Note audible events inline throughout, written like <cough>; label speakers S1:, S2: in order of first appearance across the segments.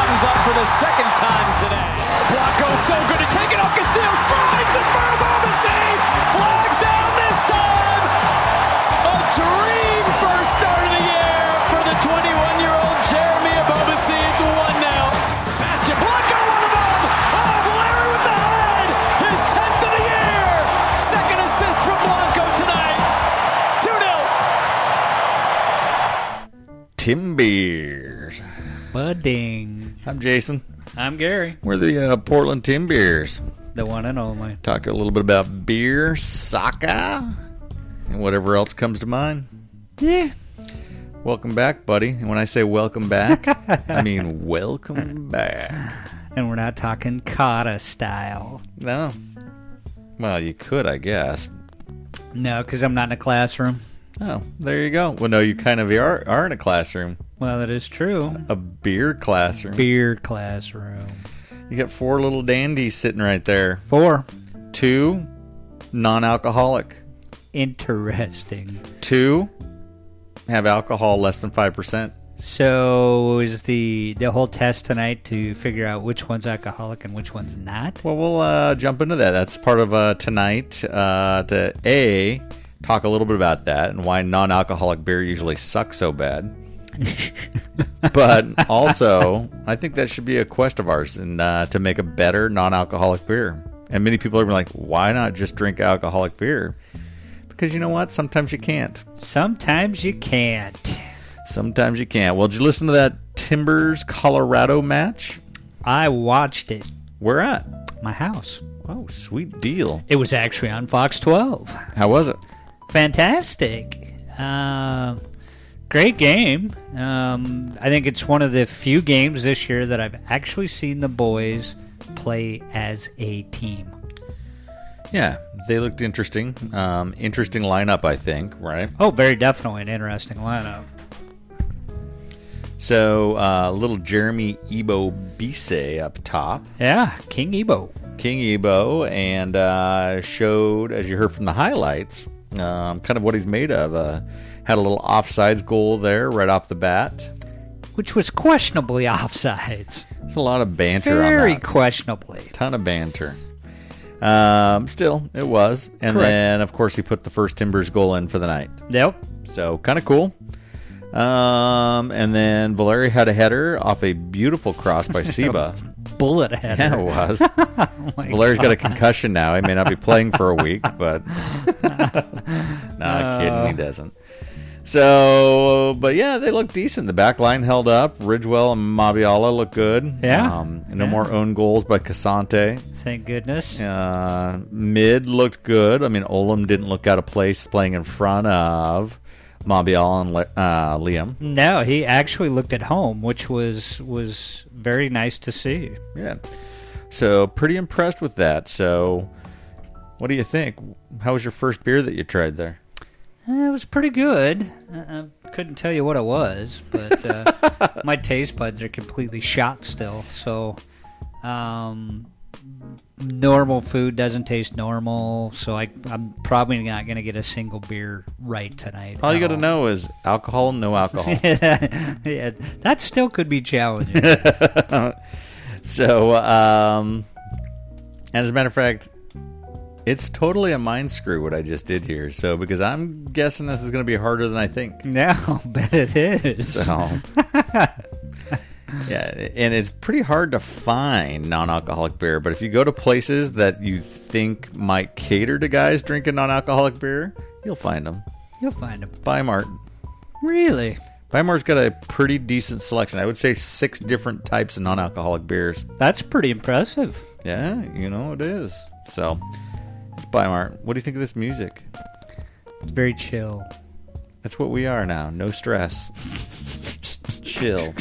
S1: the second time today. Blanco so good to take it off. Castillo slides in front of Obasi. Flags down this time. A dream first start of the year for the 21-year-old Jeremy Obasi. It's one now. Sebastian Blanco on the ball. Oh, Valeri with the head. His 10th of the year. Second assist from Blanco tonight. 2-0.
S2: Tim Beers.
S3: Budding.
S2: I'm Jason.
S3: I'm Gary,
S2: We're the uh, Portland Tim Beers.
S3: the one and only.
S2: Talk a little bit about beer, soccer, and whatever else comes to mind.
S3: Yeah.
S2: Welcome back, buddy. And when I say welcome back, I mean welcome back.
S3: And we're not talking kata style.
S2: No. Well, you could, I guess.
S3: No, because I'm not in a classroom.
S2: Oh, there you go. Well, no, you kind of are, are in a classroom,
S3: Well, that is true.
S2: a beer classroom.
S3: Beer classroom.
S2: You got four little dandies sitting right there.
S3: Four.
S2: Two non alcoholic,
S3: Interesting.
S2: two have alcohol less than 5%.
S3: So is the the whole test tonight to figure out which one's alcoholic and which one's not?
S2: Well, we'll uh, jump into that. That's part of uh, tonight uh, to A, talk a little bit about that and why non alcoholic beer usually sucks so bad. but also, I think that should be a quest of ours and uh, to make a better non alcoholic beer. And many people are gonna be like, why not just drink alcoholic beer? Because you know what? Sometimes you can't.
S3: Sometimes you can't.
S2: Sometimes you can't. Well, did you listen to that Timbers Colorado match?
S3: I watched it.
S2: Where at?
S3: My house.
S2: Oh, sweet deal.
S3: It was actually on Fox 12.
S2: How was it?
S3: fantastic. Um great game. Um, I think it's one of the few games this year that I've actually seen the boys play as a team.
S2: Yeah, they looked interesting. Um, interesting lineup, I think. Right.
S3: Oh, very definitely an interesting lineup.
S2: So, uh, little Jeremy Ebo Bise up top,
S3: Yeah, King Ebo.
S2: King Ebo, and uh, showed, as you heard from the highlights, um, kind of what he's made of. Uh, had a little offsides goal there right off the bat.
S3: Which was questionably <laughs> offsides.
S2: There's a lot of banter on
S3: Very
S2: that.
S3: questionably.
S2: Ton of banter. Um, still, it was. And
S3: Correct.
S2: then, of course, he put the first Timbers goal in for the night.
S3: Yep.
S2: So kind of cool. Um, and then Valeri had a header off a beautiful cross
S3: <laughs>
S2: by Seba.
S3: Bullet <laughs> header.
S2: yeah, it was.
S3: Oh my
S2: Valeri's got a concussion now. He may not be playing for a
S3: <laughs>
S2: week, but
S3: Uh.
S2: nah, kidding, he doesn't. So, but yeah, they looked decent. The back line held up. Ridgewell and Mabiala look good.
S3: Yeah.
S2: Um, no
S3: Yeah.
S2: more own goals by Casante.
S3: God. Thank goodness.
S2: Uh, mid looked good. I mean, Olam didn't look out of place playing in front of Mabiala and Le- uh, Liam.
S3: No, he actually looked at home, which was was very nice to see.
S2: Yeah. So pretty impressed with that. So what do you think? How was your first beer that you tried there?
S3: Uh, It was pretty good. I, I couldn't tell you what it was, but uh, my taste buds are completely shot still. So, um, normal food doesn't taste normal. So I, I'm probably not going to get a single beer right tonight.
S2: All you
S3: at
S2: got to know is alcohol, no alcohol.
S3: <laughs>
S2: <laughs>
S3: yeah, that still could be challenging.
S2: so, um, and as a matter of fact, it's totally a mind screw what I just did here. So, because I'm guessing this is going to be harder than I think.
S3: no, I'll bet it is.
S2: So, <laughs> yeah, and it's pretty hard to find non-alcoholic beer. But if you go to places that you think might cater to guys drinking non-alcoholic beer, you'll find them.
S3: You'll find them.
S2: Buy Mart.
S3: Really?
S2: Buy Mart's got a pretty decent selection. I would say six different types of non-alcoholic beers.
S3: That's pretty impressive.
S2: Yeah, you know it is. So, it's Buy Mart. What do you think of this music?
S3: It's
S2: <laughs>
S3: very chill.
S2: That's what we are now. No stress. Chill.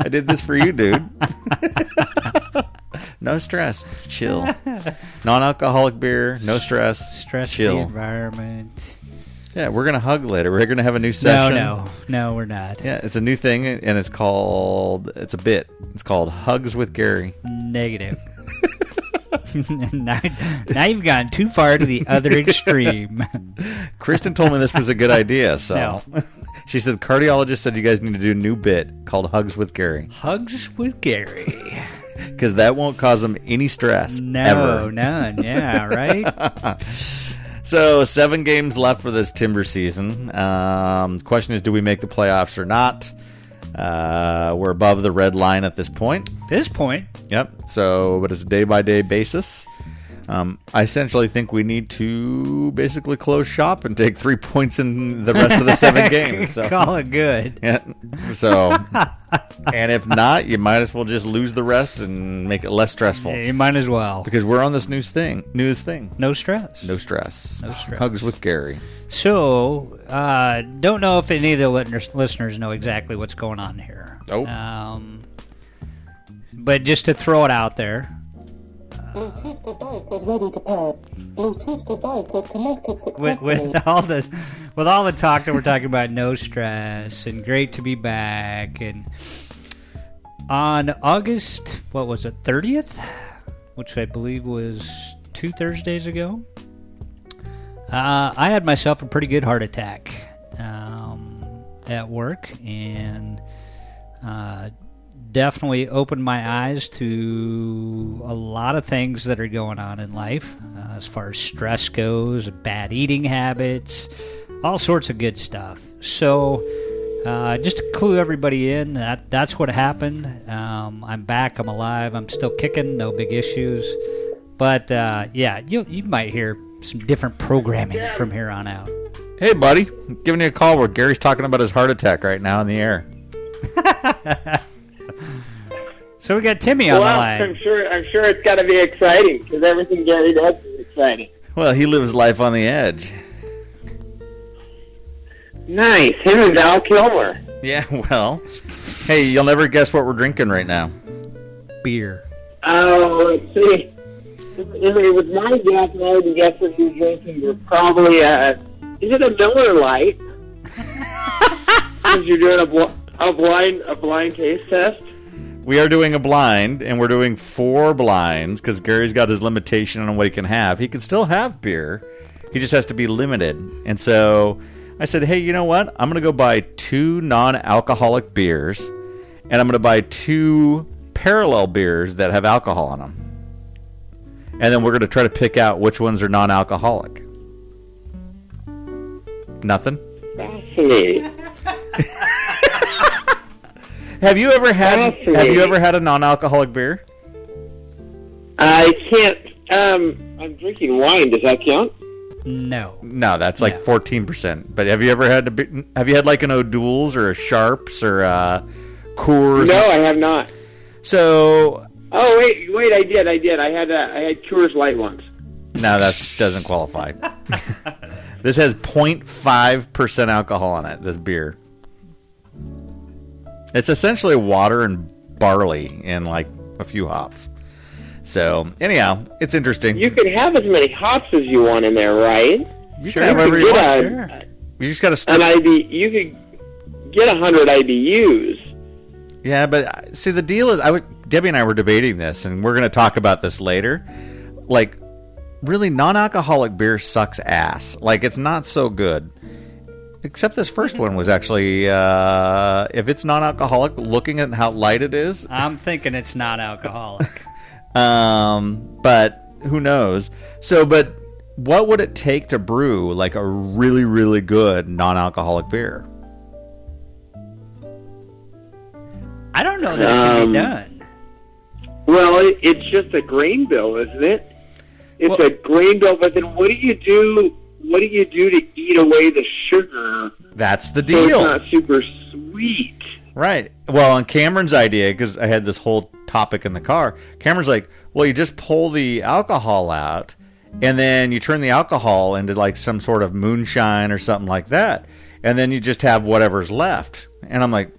S2: I did this for you, dude. no stress. Chill. Non alcoholic beer. No stress.
S3: Stress the
S2: Chill.
S3: environment.
S2: Yeah, we're going to hug later. We're going to have a new session.
S3: No, no, no, we're not.
S2: Yeah, it's a new thing, and it's called, it's a bit. It's called Hugs with Gary. <laughs>
S3: Negative. <laughs> now, now you've gone
S2: <laughs>
S3: too far to the other extreme.
S2: Kristen told me this was a good idea, so
S3: No.
S2: <laughs> She said, cardiologist said you guys need to do a new bit called Hugs with Gary
S3: Hugs with Gary.
S2: because that won't cause them any stress.
S3: No,
S2: Ever.
S3: none.
S2: <laughs>
S3: Yeah, right?
S2: So, seven games left for this Timber season. Um, question is, do we make the playoffs or not? Uh, we're above the red line at this point.
S3: At this point,
S2: Yep. So, but it's a day by day basis. Um, I essentially think we need to basically close shop and take three <laughs> points in the rest of the
S3: <laughs>
S2: seven games. So.
S3: call it good.
S2: Yeah. So, and if not, you might as well just lose the rest and make it less
S3: Yeah,
S2: stressful
S3: you might as well.
S2: because we're on this news thing. News thing.
S3: No stress.
S2: No stress.
S3: No stress.
S2: Hugs with Gary.
S3: So, uh, don't know if any of the lit- listeners know exactly what's going on here.
S2: Nope.
S3: Um, but just to throw it out there,
S4: Bluetooth device is ready to pair. Bluetooth device is connected
S3: with,
S4: successfully.
S3: with all the with all the talk that we're talking about no stress and great to be back and on august what was it 30th which i believe was two thursdays ago uh, i had myself a pretty good heart attack um, at work and uh, definitely opened my eyes to a lot of things that are going on in life uh, as far as stress goes, bad eating habits, all sorts of good stuff. So, uh, just to clue everybody in, that that's what happened. Um, I'm back. I'm alive. I'm still kicking. No big issues. But uh, yeah, you you might hear some different programming from here on out.
S2: Hey, buddy. I'm giving you a call where Gary's talking about his heart attack right now in the air.
S3: So we got Timmy on
S5: Well,
S3: the
S5: I'm
S3: line.
S5: sure. I'm sure it's got to be exciting because everything Gary does is exciting.
S2: Well, he lives life on the edge.
S5: Nice. Him and Val Kilmer.
S2: Yeah, <laughs> well. Hey, you'll never guess what we're drinking right now.
S3: Beer.
S5: Oh, let's see. If, if it was my guess, and I would guess what you're drinking. You're probably uh Is it a Miller Lite? Because you're doing a, bl- a blind a blind taste test.
S2: We are doing a blind, and we're doing four blinds because Gary's got his limitation on what he can have. He can still have beer, he just has to be limited. And so I said, hey, you know what? I'm going to go buy two non alcoholic beers, and I'm going to buy two parallel beers that have alcohol in them. And then we're going to try to pick out which ones are non alcoholic. Nothing?
S5: Fascinating.
S2: Have you ever had have you ever had a non-alcoholic beer?
S5: I can't. Um, I'm drinking wine. Does that count?
S3: No.
S2: No, that's like
S3: No.
S2: fourteen percent. But have you ever had a bit- have you had like an O'Doul's or a Sharps or a Coors?
S5: No, I have not.
S2: So
S5: Oh wait, wait! I did. I did. I had uh, I had Coors Light once.
S2: no, that doesn't qualify. <laughs> this has 05 percent alcohol in it. This beer. It's essentially water and barley and like a few hops. So anyhow, it's interesting.
S5: You can have as many hops as you want in there, right?
S2: You
S3: Sure,
S2: can have whatever
S5: you could
S2: you want.
S5: get
S3: Sure.
S5: a,
S2: You just got to
S5: an IB. You could get a hundred IBUs.
S2: Yeah, but uh, see, the deal is, I was Debbie and I were debating this, and we're going to talk about this later. Like, really, non-alcoholic beer sucks ass. Like, it's not so good. Except this first one was actually, uh, if it's non-alcoholic, looking at how light it is,
S3: I'm thinking it's not alcoholic.
S2: um, but who knows? So, but what would it take to brew like a really, really good non-alcoholic beer?
S3: I don't know that it can be
S5: Um,
S3: done.
S5: Well, it, it's just a grain bill, isn't it? It's
S2: Well-
S5: a grain bill, but then what do you do? What do you do to eat away the sugar
S2: That's the
S5: so
S2: deal.
S5: it's not super sweet?
S2: Right. Well, and Cameron's idea, because I had this whole topic in the car, Cameron's like, well, you just pull the alcohol out and then you turn the alcohol into like some sort of moonshine or something like that. And then you just have whatever's left. And I'm like,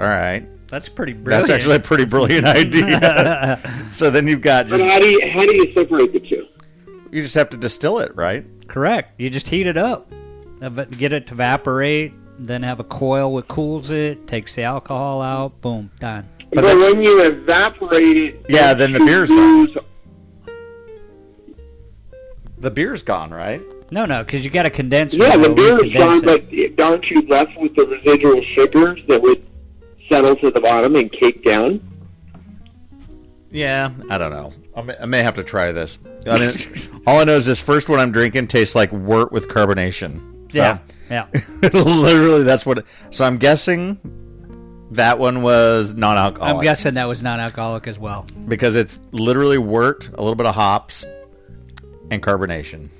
S2: all right.
S3: That's pretty brilliant.
S2: That's actually a pretty brilliant idea. so then you've got
S5: But
S2: just,
S5: how do you how do you separate the two?
S2: you just have to distill it, right?
S3: correct. You just heat it up, Ev- get it to evaporate, then have a coil that cools it, takes the alcohol out, boom, done.
S5: But, when you evaporate it,
S2: Yeah,
S5: don't
S2: then the
S5: you
S2: beer's gone.
S5: lose
S2: The beer's gone, right?
S3: No, no, because you got to condense. it
S5: Yeah,
S3: before
S5: the
S3: we
S5: beer
S3: condense
S5: sounds
S3: it.
S5: like aren't you left with the residual sugars that would settle to the bottom and cake down?
S2: Yeah, I don't know. I may, I may have to try this. I mean, <laughs> all I know is this first one I'm drinking tastes like wort with carbonation. So,
S3: Yeah, yeah.
S2: <laughs> literally, that's what. so I'm guessing that one was non-alcoholic
S3: I'm guessing that was non-alcoholic as well.
S2: because it's literally wort, a little bit of hops, and carbonation.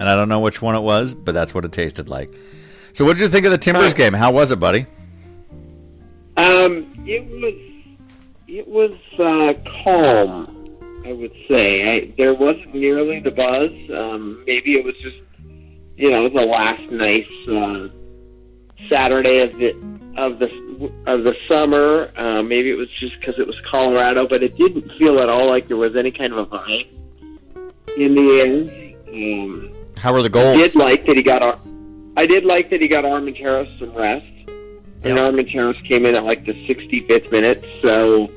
S2: And I don't know which one it was, but that's what it tasted like. So, what did you think of the Timbers
S5: Huh.
S2: game? How was it, buddy?
S5: Um, it was it was uh, calm, I would say. I, there wasn't nearly the buzz. Um, maybe it was just you know the last nice uh, Saturday of the of the of the summer. Uh, maybe it was just because it was Colorado, but it didn't feel at all like there was any kind of a vibe in the air. Um,
S2: How were the
S5: I
S2: goals?
S5: did like that he got. Ar- I did like that he got Armenteros some rest, and Armenteros came in at like the 65th minute. So,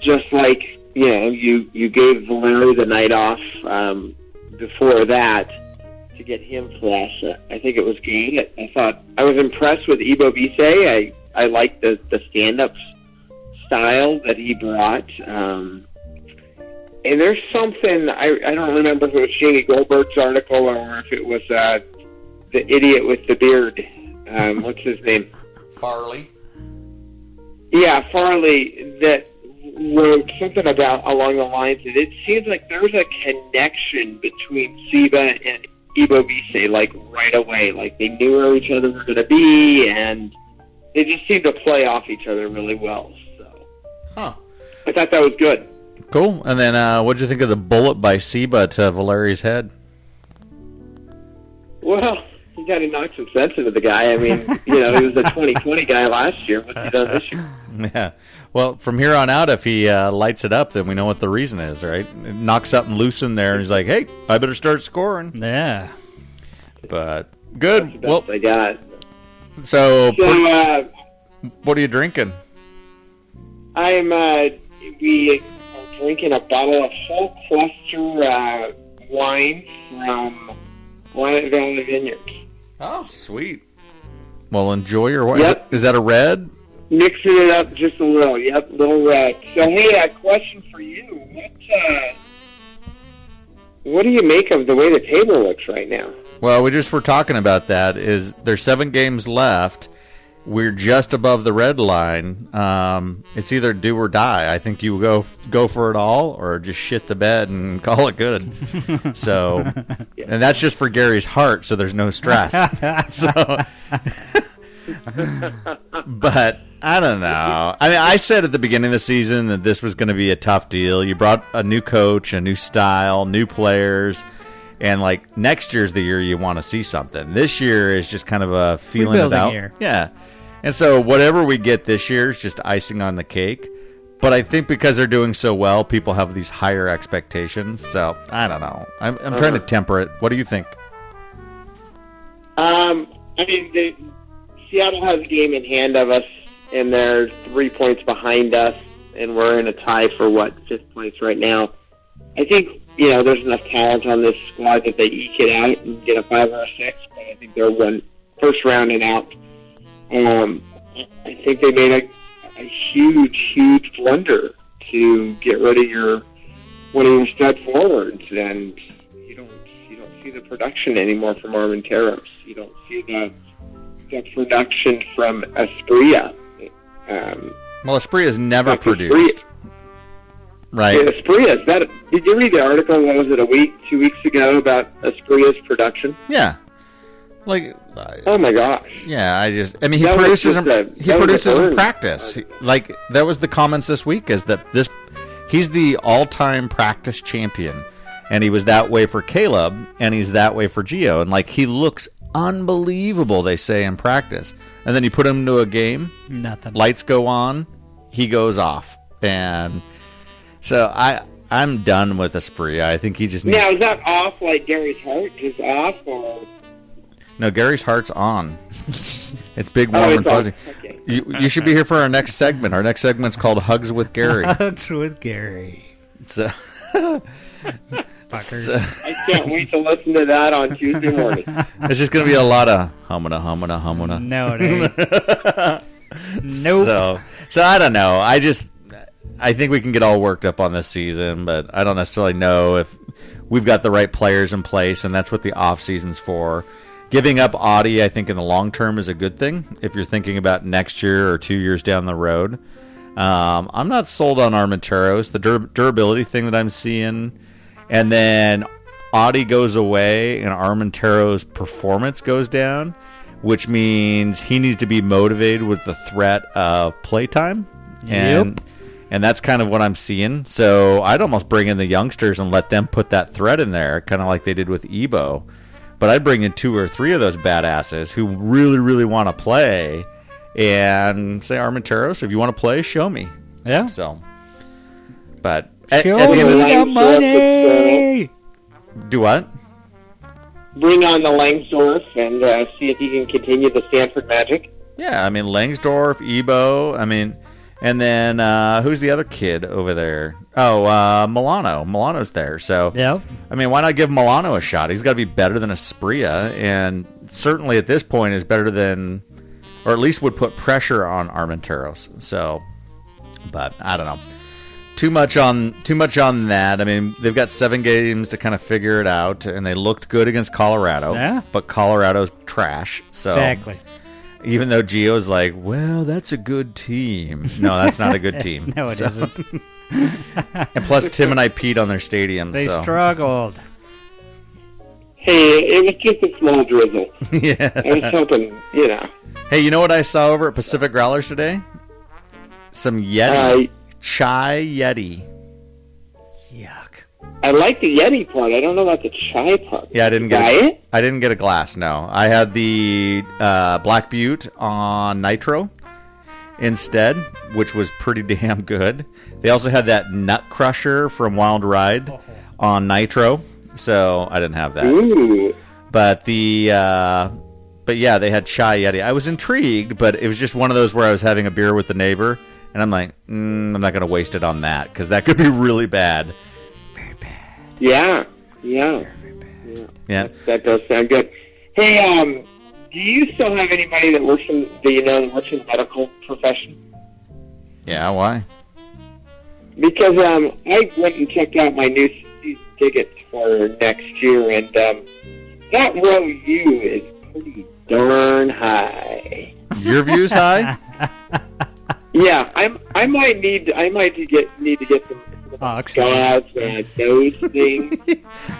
S5: just like you know, you you gave Valero the night off um, before that to get him fresh. Uh, I think it was good. I- I thought I was impressed with Ibo Bise. I I liked the the stand up style that he brought. Um, and there's something I, I don't remember if it was Jamie Goldberg's article or if it was uh, the idiot with the beard. Um, what's his name?
S2: Farley.
S5: Yeah, Farley that wrote something about along the lines that it seems like there's a connection between Siva and Ibo Bise like right away. Like they knew where each other were gonna be and they just seemed to play off each other really well. So
S2: Huh.
S5: I thought that was good.
S2: Cool. And then, uh, what did you think of the bullet by Seba to Valeri's head?
S5: Well, you got to knock some sense into the guy. I mean, you know, he was a 2020 guy last year. What's he done this year?
S2: <laughs> Yeah. Well, from here on out, if he uh, lights it up, then we know what the reason is, right? Knocks something loose in there, and he's like, "Hey, I better start scoring."
S3: Yeah.
S2: But good.
S5: That's
S2: Well,
S5: what I got.
S2: so
S5: So uh,
S2: what are you drinking?
S5: I'm uh, we are drinking a bottle of whole cluster uh, wine from Wyatt Valley Vineyards.
S2: Oh, sweet. Well, enjoy your wine.
S5: Yep.
S2: Is that a red?
S5: Mixing it up just a little. Yep, little red. So hey, a question for you. What uh, what do you make of the way the table looks right now?
S2: Well, we just were talking about that. Is there's seven games left? We're just above the red line. Um, it's either do or die. I think you go go for it all, or just shit the bed and <laughs> call it good. so, and that's just for Gary's heart. So there's no stress. so, but I don't know. I mean, I said at the beginning of the season that this was going to be a tough deal. You brought a new coach, a new style, new players, and like next year's the year you want to see something. This year is just kind of a feeling
S3: Rebuilding
S2: about
S3: year.
S2: yeah. And so whatever we get this year is just icing on the cake. But I think because they're doing so well, people have these higher expectations. So I don't know. I'm, I'm trying to temper it. What do you think?
S5: Um, I mean, the, Seattle has a game in hand of us, and they're three points behind us, and we're in a tie for what fifth place right now. I think you know there's enough talent on this squad that they eke it out and get a five or a six, but I think they're one first round and out. Um, I think they made a, a huge, huge blunder to get rid of your one of your stud forwards, and you don't you don't see the production anymore from Armenteros. You don't see the the production from Espria. Um,
S2: Well, Esprit has never
S5: Like, Esprit-
S2: produced, right?
S5: Espria, is that did you read the article? What was it a week, two weeks ago about Espria's production?
S2: Yeah. Like, I-
S5: Oh my gosh!
S2: yeah, I just, I mean, he
S5: That was
S2: produces
S5: just
S2: in, he
S5: a- that was a
S2: produces in
S5: burn.
S2: practice. He- Like, that was the comments this week is that this, he's the all time practice champion. And he was that way for Caleb, and he's that way for Geo. And, like, he looks unbelievable, they say, in practice. And then you put him into a game,
S3: Nothing.
S2: lights go on, he goes off. And so I, I'm done with Esprit. I think he just needs
S5: Now is that off like Gary's heart? Just off or?
S2: No, Gary's heart's
S5: <laughs>
S2: on. It's big, warm,
S5: Oh,
S2: and
S5: it's off.
S2: fuzzy.
S5: Okay.
S2: You, you should be
S5: <laughs>
S2: here for our next segment. Our next segment's called Hugs with Gary.
S3: That's with Gary.
S2: So, <laughs>
S3: Fuckers.
S5: I can't wait to listen to that on Tuesday morning.
S2: It's just gonna be a lot of humana, humana, humana.
S3: No, it ain't. nope.
S2: <laughs> So, so I don't know. I just, I think we can get all worked up on this season, but I don't necessarily know if we've got the right players in place, and that's what the off season's for. Giving up Audi, I think, in the long term is a good thing if you're thinking about next year or two years down the road. Um, I'm not sold on Armenteros. The dur- durability thing that I'm seeing, and then Audi goes away, and Armentero's performance goes down, which means he needs to be motivated with the threat of playtime. And, and that's kind of what I'm seeing. So I'd almost bring in the youngsters and let them put that threat in there, kind of like they did with Ebo. But I'd bring in two or three of those badasses who really, really want to play and say, Armenteros, if you want to play, show me.
S3: Yeah.
S2: So, but at-
S3: Show
S2: at the
S3: me
S2: end of the
S5: the
S3: the
S5: line, show up with
S3: money.
S2: do what?
S5: Bring on the Langsdorff and uh, see if he can continue the Stanford magic.
S2: Yeah, I mean Langsdorf, Ebo. I mean, and then uh, who's the other kid over there? Oh, uh, Milano. Milano's there. So
S3: Yep.
S2: I mean, why not give Milano a shot? He's got to be better than Espria, and certainly at this point is better than, or at least would put pressure on Armenteros. So, but I don't know. Too much on too much on that. I mean, they've got seven games to kind of figure it out, and they looked good against Colorado.
S3: Yeah.
S2: But Colorado's trash. So
S3: Exactly.
S2: even though Gio's like, well, that's a good team. No, that's not a
S3: <laughs>
S2: good team.
S3: No, it
S2: So-
S3: not
S2: <laughs> And plus, Tim and I peed on their stadium.
S3: They
S2: so.
S3: struggled.
S5: Hey, it was just a small drizzle. I
S2: <laughs> yeah. <laughs>
S5: was hoping, you know.
S2: Hey, you know what I saw over at Pacific Growlers today? Some Yeti.
S5: I
S2: Chai Yeti.
S3: Yuck.
S5: I like the Yeti part. I don't know about the chai part.
S2: Yeah, I didn't get.
S5: Buy
S2: A,
S5: it.
S2: I didn't get a glass. No, I had the uh, Black Butte on Nitro instead, which was pretty <laughs> damn good. They also had that Nut Crusher from Wild Ride
S3: Oh.
S2: on Nitro, so I didn't have that.
S5: Ooh.
S2: But the uh, but yeah, they had chai yeti. I was intrigued, but it was just one of those where I was having a beer with the neighbor, and I'm like, mm, I'm not gonna waste it on that because that could be really bad.
S5: Yeah. Yeah.
S2: Yeah,
S5: That does sound good. Hey, um, do you still have anybody that works in that you know that works in the medical profession?
S2: yeah. Why?
S5: Because um, I went and checked out my new season tickets for next year, and um, that row U is pretty darn high.
S2: Your views
S5: <laughs>
S2: high?
S5: Yeah, I'm. I might need. I might to get need to get some.
S3: Oxygen.
S5: God's uh, nose
S2: <laughs>
S5: thing.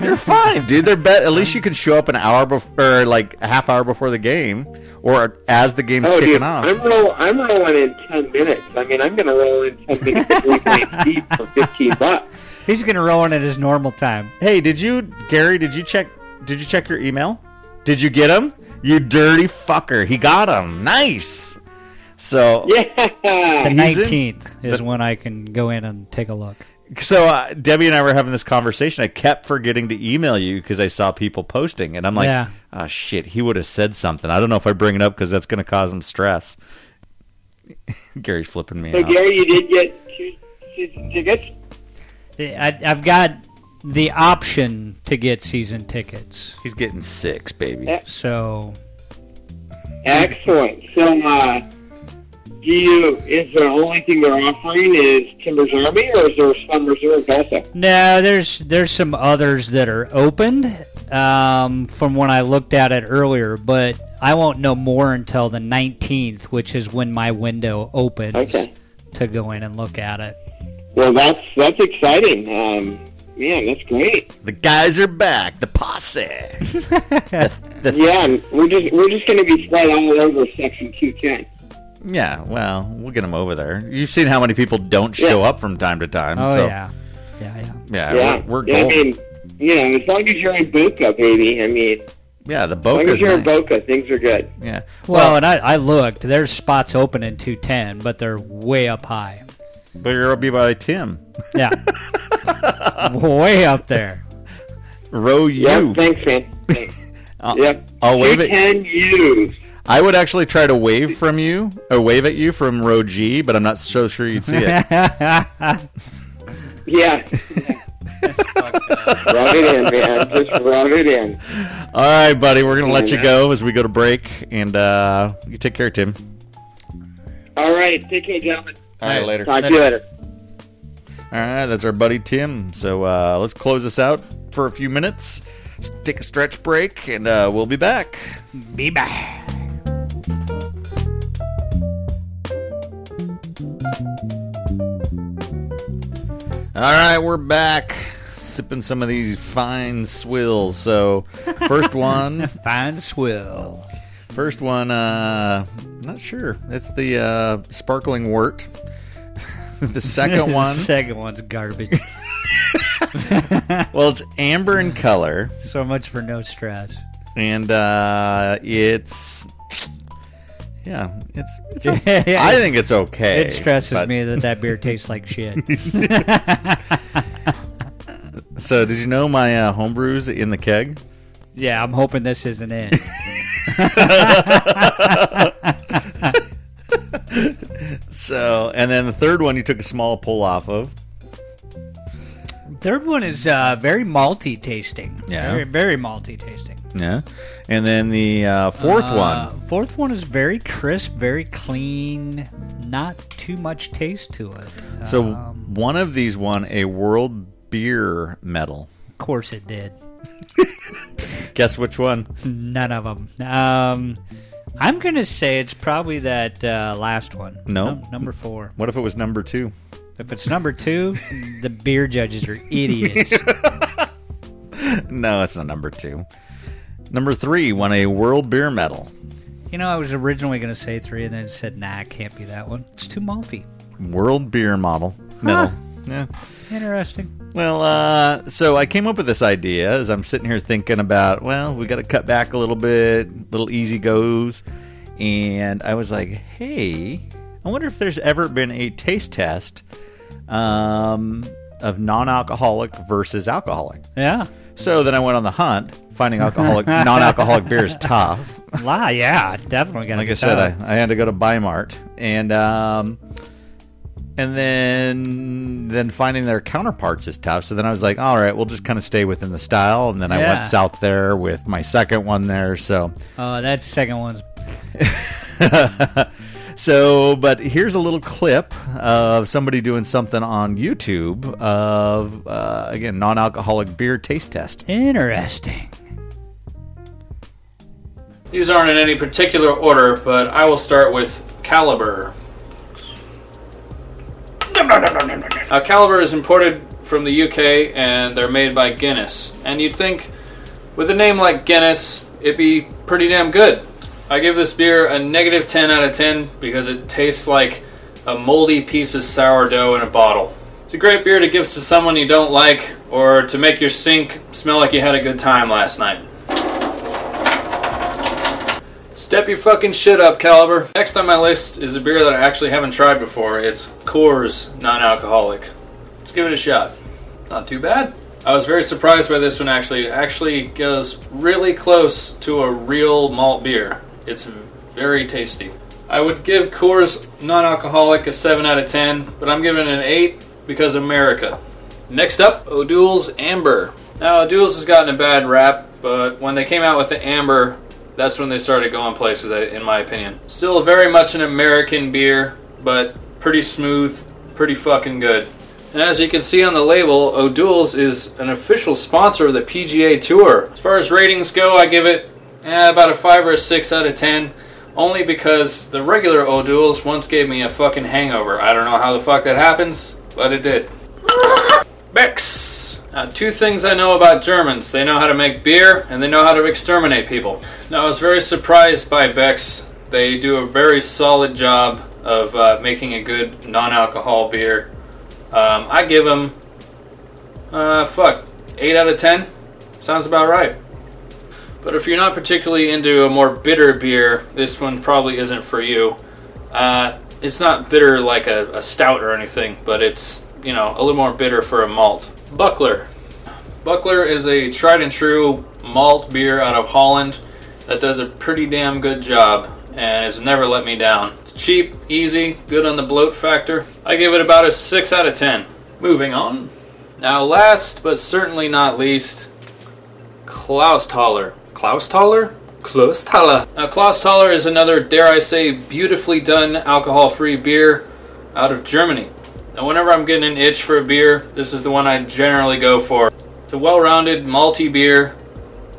S2: You're fine, dude. They're bet. At least you can show up an hour before, or like a half hour before the game, or as the game's
S5: Oh,
S2: kicking
S5: dude,
S2: off.
S5: I'm roll, I'm rolling in ten minutes. I mean, I'm gonna roll in ten minutes of
S2: <laughs>
S5: three pints deep for fifteen bucks.
S3: He's gonna roll in at his normal time.
S2: Hey, did you, Gary? Did you check? Did you check your email? Did you get him? You dirty fucker! He got him. Nice. So
S3: The
S5: Yeah.
S2: He's in-
S3: nineteenth is when I can go in and take a look.
S2: so uh, Debbie and I were having this conversation. I kept forgetting to email you because I saw people posting, and I'm like,
S3: Yeah.
S2: "Oh shit, he would have said something." I don't know if I bring it up because that's going to cause him stress. <laughs> Gary's flipping me
S5: So
S2: out.
S5: Gary, you did get two season tickets.
S3: I, I've got the option to get season tickets,
S2: He's getting six, baby.
S5: Yeah.
S3: so
S5: Excellent. So, uh, do you? Is the only thing they're offering is Timbers Army, or is there some reserved also?
S3: No, there's there's some others that are opened um, from when I looked at it earlier, but I won't know more until the 19th, which is when my window opens
S5: Okay.
S3: to go in and look at it.
S5: Well, that's that's exciting. Um, man, that's great.
S2: The guys are back. The
S3: <laughs>
S2: posse. The- the-
S5: Yeah, and we're just we're just gonna be spread all over section two ten.
S2: yeah. Well, we'll get him over there. You've seen how many people don't show
S5: Yeah.
S2: up from time to time.
S3: Oh
S2: so,
S3: yeah, yeah, yeah.
S2: Yeah.
S5: Yeah,
S2: We're, we're
S5: yeah, I
S2: golden.
S5: mean, you know, as long as you're in Boca, baby. I mean, as
S2: yeah. The
S5: long as
S2: Boca's
S5: you're in
S2: nice.
S5: Boca, things are good.
S2: Yeah.
S3: Well, and I, I looked. There's spots open in 210, but they're way up high.
S2: but you'll be by Tim.
S3: <laughs> Yeah, way up there.
S2: Row you.
S5: Yeah, thanks,
S2: <laughs>
S5: man. Thanks.
S2: I'll,
S5: yep.
S2: I'll wave it.
S5: Ten U's.
S2: I would actually try to wave from you or wave at you from row <laughs> G, but I'm not so sure you'd see it.
S5: Yeah. Rub it in, man. Just rub it in.
S2: All right, buddy. We're gonna let you go as we go to break, and uh, you take care, Tim.
S5: All right. Take care, gentlemen.
S2: All right, later.
S5: Talk to you later.
S2: All right, that's our buddy Tim. So uh, let's close this out for a few minutes, s- take a stretch break, and uh, we'll be back.
S3: <laughs> Be back.
S2: All right, we're back sipping some of these fine swills. So <laughs> first one,
S3: Fine swill.
S2: first one. Uh, not sure. It's the uh, sparkling wort. <laughs> the
S3: <laughs>
S2: second one.
S3: Second one's garbage. <laughs>
S2: Well, it's amber in color.
S3: so much for no stress.
S2: and uh, it's <laughs> yeah, it's, it's
S3: <laughs>
S2: o-
S3: Yeah.
S2: I think it's okay.
S3: It stresses
S2: but-
S3: me that that beer tastes
S2: <laughs>
S3: like shit. <laughs>
S2: So, did you know my uh, homebrews in the keg? <laughs>
S3: yeah, I'm hoping this isn't it.
S2: So, and then the third one you took a small pull off of.
S3: Third one is uh, very malty tasting.
S2: Yeah.
S3: Very, very malty tasting.
S2: Yeah, and then the uh, fourth
S3: Uh,
S2: one.
S3: Fourth one is very crisp, very clean, not too much taste to it.
S2: So
S3: Um,
S2: one of these won a world beer medal.
S3: of course it did.
S2: Guess which one?
S3: None of them. Um, I'm gonna say it's probably that uh, last one.
S2: No.
S3: Num- number four.
S2: What if it was number two?
S3: If it's number two, the beer judges are idiots.
S2: No, it's not number two. Number three won a world beer medal.
S3: you know, I was originally gonna say three, and then said, "Nah, it can't be that one. It's too malty."
S2: World beer model medal. Yeah.
S3: Interesting.
S2: Well, uh, so I came up with this idea as I'm sitting here thinking about, well, we got to cut back a little bit, little easy goes. And I was like, hey, I wonder if there's ever been a taste test um, of non alcoholic versus alcoholic.
S3: Yeah.
S2: So then I went on the hunt, finding
S3: <laughs>
S2: alcoholic, non alcoholic beer is tough.
S3: La, yeah, definitely gonna.
S2: Like
S3: be
S2: I said,
S3: tough.
S2: I, I had to go to Bimart. And, um, and then then finding their counterparts is tough. So then I was like, all right, we'll just kind of stay within the style. And then I
S3: Yeah.
S2: went south there with my second one there. So, <laughs>
S3: Oh, that second one's
S2: so but here's a little clip of somebody doing something on YouTube of uh, again non-alcoholic beer taste test.
S3: interesting.
S6: These aren't in any particular order, but I will start with Caliber. Now, Caliber is imported from the UK and they're made by Guinness. And you'd think, with a name like Guinness, it'd be pretty damn good. I give this beer a negative 10 out of 10 because it tastes like a moldy piece of sourdough in a bottle. It's a great beer to give to someone you don't like or to make your sink smell like you had a good time last night. Step your fucking shit up, Caliber. Next on my list is a beer that I actually haven't tried before. It's Coors Non Alcoholic. Let's give it a shot. Not too bad. I was very surprised by this one actually. It actually goes really close to a real malt beer. It's very tasty. I would give Coors Non Alcoholic a 7 out of 10, but I'm giving it an 8 because America. Next up, O'Doul's Amber. Now, O'Doul's has gotten a bad rap, but when they came out with the Amber, that's when they started going places, I- in my opinion. Still very much an American beer, but pretty smooth, pretty fucking good. And as you can see on the label, O'Doul's is an official sponsor of the PGA Tour. As far as ratings go, I give it eh, about a 5 or a 6 out of 10, only because the regular O'Doul's once gave me a fucking hangover. I don't know how the fuck that happens, but it did. Bex. Now, Uh, two things I know about Germans they know how to make beer and they know how to exterminate people. Now, I was very surprised by Bex. They do a very solid job of uh, making a good non alcohol beer. Um, I give them, uh, fuck, 8 out of 10. Sounds about right. But if you're not particularly into a more bitter beer, this one probably isn't for you. Uh, it's not bitter like a, a stout or anything, but it's you know a little more bitter for a malt. Buckler. Buckler is a tried and true malt beer out of Holland that does a pretty damn good job and has never let me down. It's cheap, easy, good on the bloat factor. I give it about a 6 out of 10. Moving on. Now, last but certainly not least, Klaus Taller. Klaus Taller? Klaus Taller. Now, Klaus Taller is another, dare I say, beautifully done alcohol free beer out of Germany. Now, whenever I'm getting an itch for a beer, this is the one I generally go for. It's a well rounded, malty beer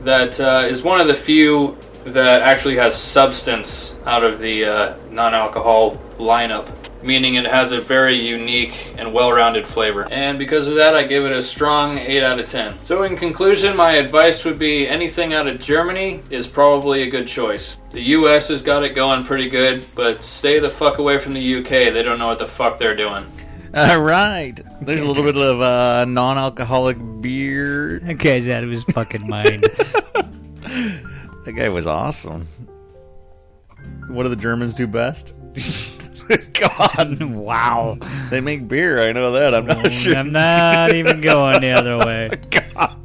S6: that uh, is one of the few that actually has substance out of the uh, non alcohol lineup, meaning it has a very unique and well rounded flavor. And because of that, I give it a strong 8 out of 10. So, in conclusion, my advice would be anything out of Germany is probably a good choice. The US has got it going pretty good, but stay the fuck away from the UK. They don't know what the fuck they're doing.
S2: All right. There's a little bit of uh, non-alcoholic beer.
S3: That guy's out of his
S2: <laughs>
S3: fucking mind.
S2: That guy was awesome. What do the Germans do best? <laughs> God,
S3: wow.
S2: they make beer. I know that. I'm not sure. <laughs>
S3: Mm, I'm not even going the other way.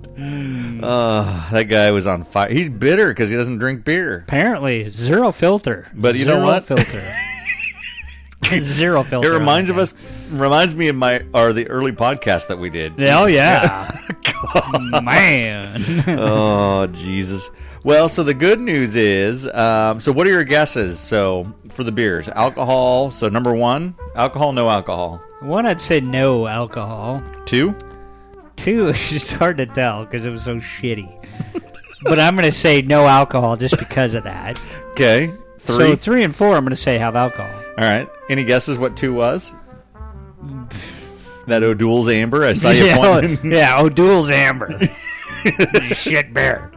S3: Mm.
S2: Uh, that guy was on fire. He's bitter because he doesn't drink beer.
S3: Apparently, zero filter.
S2: But you know
S3: zero
S2: what? <laughs>
S3: Filter. zero
S2: It
S3: filter.
S2: reminds
S3: on
S2: of us, reminds me of my or the early podcast that we did. <laughs>
S3: that. Hell yeah, man. <laughs>
S2: oh Jesus! Well, so the good news is, um, so what are your guesses? So for the beers, alcohol. So number one, alcohol, no alcohol.
S3: One, I'd say no alcohol.
S2: Two,
S3: Two, it's just hard to <laughs> tell because it was so shitty. but I'm gonna say no alcohol just because of that.
S2: okay, three.
S3: So three and four, I'm gonna say have alcohol.
S2: All right. Any guesses what two was? That O'Doul's Amber. I saw you
S3: <laughs> yeah,
S2: pointing.
S3: yeah, O'Doul's
S2: <laughs>
S3: Amber. You Shit bear.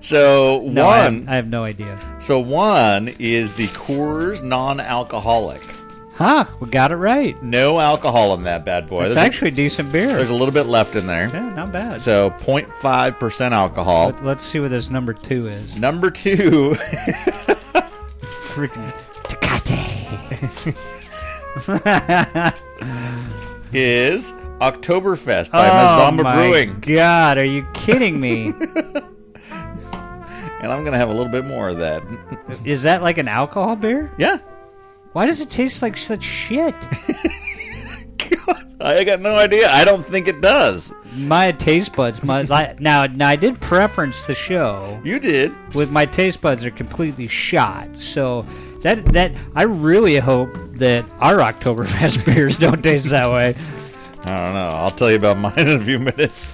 S2: So
S3: No, I have,
S2: one.
S3: I have no idea.
S2: So one is the Coors non-alcoholic.
S3: Huh? We got it right.
S2: No alcohol in that bad boy.
S3: It's
S2: there's,
S3: actually decent beer.
S2: a, there's a little bit left in there.
S3: yeah, not bad.
S2: So 0.5 percent alcohol.
S3: Let, us see what this number two is.
S2: Number two. <laughs>
S3: Freaking Tecate.
S2: is Oktoberfest by
S3: Oh
S2: Mazama
S3: my
S2: Brewing.
S3: God, are you
S2: <laughs>
S3: kidding me?
S2: And I'm going to have a little bit more of that. <laughs>
S3: is that like an alcohol beer?
S2: yeah.
S3: Why does it taste like such shit?
S2: I got no idea. I don't think it does.
S3: My taste buds, my li- now, now I did preference the show.
S2: You did.
S3: with my taste buds are completely shot. So that that I really hope that our Oktoberfest <laughs> beers don't taste that way.
S2: I don't know. I'll tell you about <laughs> mine in a few minutes.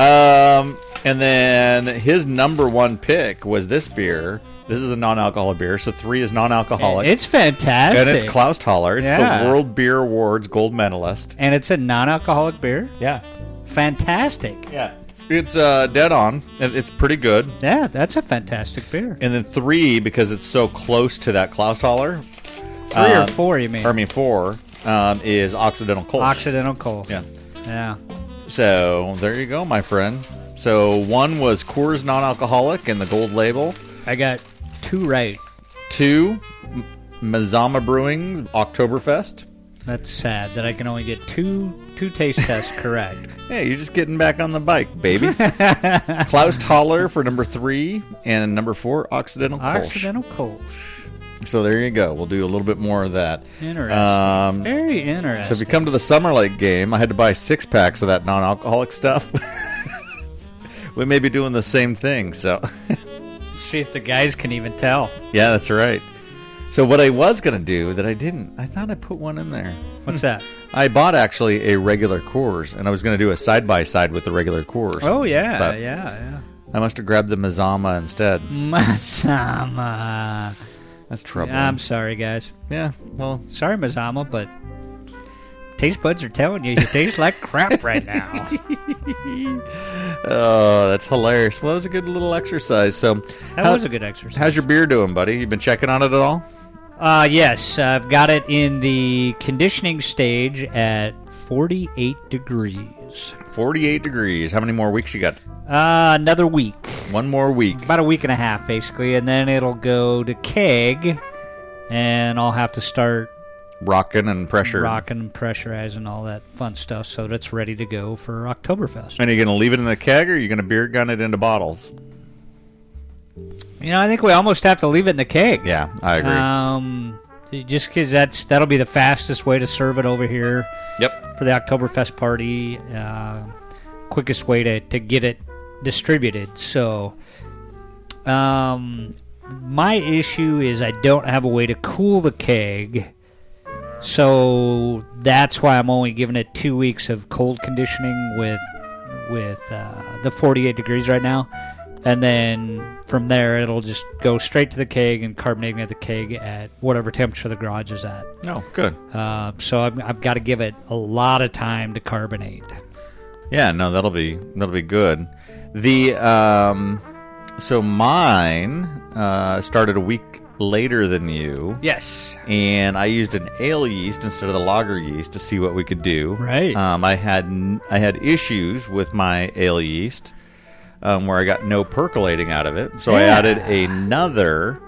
S2: Um, and then his number one pick was this beer. This is a non-alcoholic beer, so three is non-alcoholic.
S3: It's fantastic.
S2: and it's Klaus Toller. It's
S3: Yeah.
S2: the World Beer Awards gold medalist.
S3: And it's a non-alcoholic beer.
S2: Yeah,
S3: Fantastic.
S2: yeah. It's uh, dead on. It- It's pretty good.
S3: Yeah, that's a fantastic beer.
S2: And then three because it's so close to that Klaus Toller.
S3: Three
S2: uh,
S3: or four, you mean?
S2: Or I mean four um, is Occidental Kolsch.
S3: Occidental Coal.
S2: Yeah.
S3: Yeah.
S2: So there you go, my friend. So one was Coors non-alcoholic and the gold label.
S3: I got two right.
S2: Two, M- Mazama Brewing's Oktoberfest.
S3: That's sad that I can only get two two taste tests correct.
S2: Hey, you're just getting back on the bike, baby. Klaus Toller for number three, and number four, Occidental <laughs> Kolsch.
S3: Occidental Kolsch.
S2: So there you go. We'll do a little bit more of that.
S3: Interesting.
S2: Um,
S3: Very
S2: so
S3: interesting.
S2: if you come to the Summer Lake game, I had to buy six packs of that non-alcoholic stuff. <laughs> we may be doing the same thing, so... <laughs>
S3: See if the guys can even tell.
S2: Yeah, that's right. So what I was gonna do that I didn't, I thought I put one in there.
S3: What's that?
S2: I bought actually a regular Coors, and I was gonna do a side by side with the regular Coors.
S3: Oh yeah,
S2: But-
S3: yeah, <laughs> yeah.
S2: I must have grabbed the Mazama instead.
S3: Mm. Masama.
S2: That's trouble.
S3: I'm sorry, guys.
S2: yeah. Well,
S3: Sorry, Masama, but taste buds are telling you you taste like crap right now. <laughs>
S2: oh, that's hilarious. Well, that was a good little exercise. So,
S3: That
S2: how-
S3: was a good exercise.
S2: How's your beer doing, buddy? You been checking on it at all?
S3: Uh, yes, I've got it in the conditioning stage at 48 degrees.
S2: Forty-eight degrees. How many more weeks you got?
S3: Uh, another week,
S2: One more week.
S3: about a week and a half, basically, and then it'll go to keg, and I'll have to start
S2: Rocking and pressure.
S3: rocking and pressurizing all that fun stuff so that it's ready to go for Oktoberfest.
S2: And are you gonna leave it in the keg, or are you gonna beer gun it into bottles?
S3: You know, I think we almost have to leave it in the keg.
S2: Yeah, I agree.
S3: Um, You Just because that's that'll be the fastest way to serve it over here
S2: Yep.
S3: for the Oktoberfest party. Uh, quickest way to, to get it distributed. So, um, my issue is I don't have a way to cool the keg. So that's why I'm only giving it two weeks of cold conditioning with with uh, the 48 degrees right now, and then from there it'll just go straight to the keg and carbonating at the keg at whatever temperature the garage is at.
S2: No, good.
S3: Uh, so I've, I've got to give it a lot of time to carbonate.
S2: Yeah, no, that'll be that'll be good. The um, so mine uh, started a week later than you.
S3: Yes.
S2: and I used an ale yeast instead of the lager yeast to see what we could do.
S3: Right.
S2: Um, I had n- I had issues with my ale yeast um, where I got no percolating out of it, so I
S3: Yeah.
S2: added another